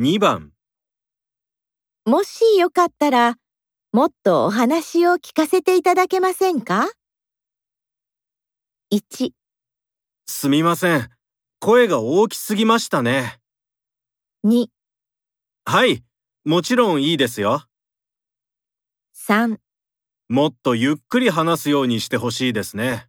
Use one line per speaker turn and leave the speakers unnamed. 2番、
もしよかったら、もっとお話を聞かせていただけませんか ?1、
すみません。声が大きすぎましたね。
2、
はい、もちろんいいですよ。
3
もっとゆっくり話すようにしてほしいですね。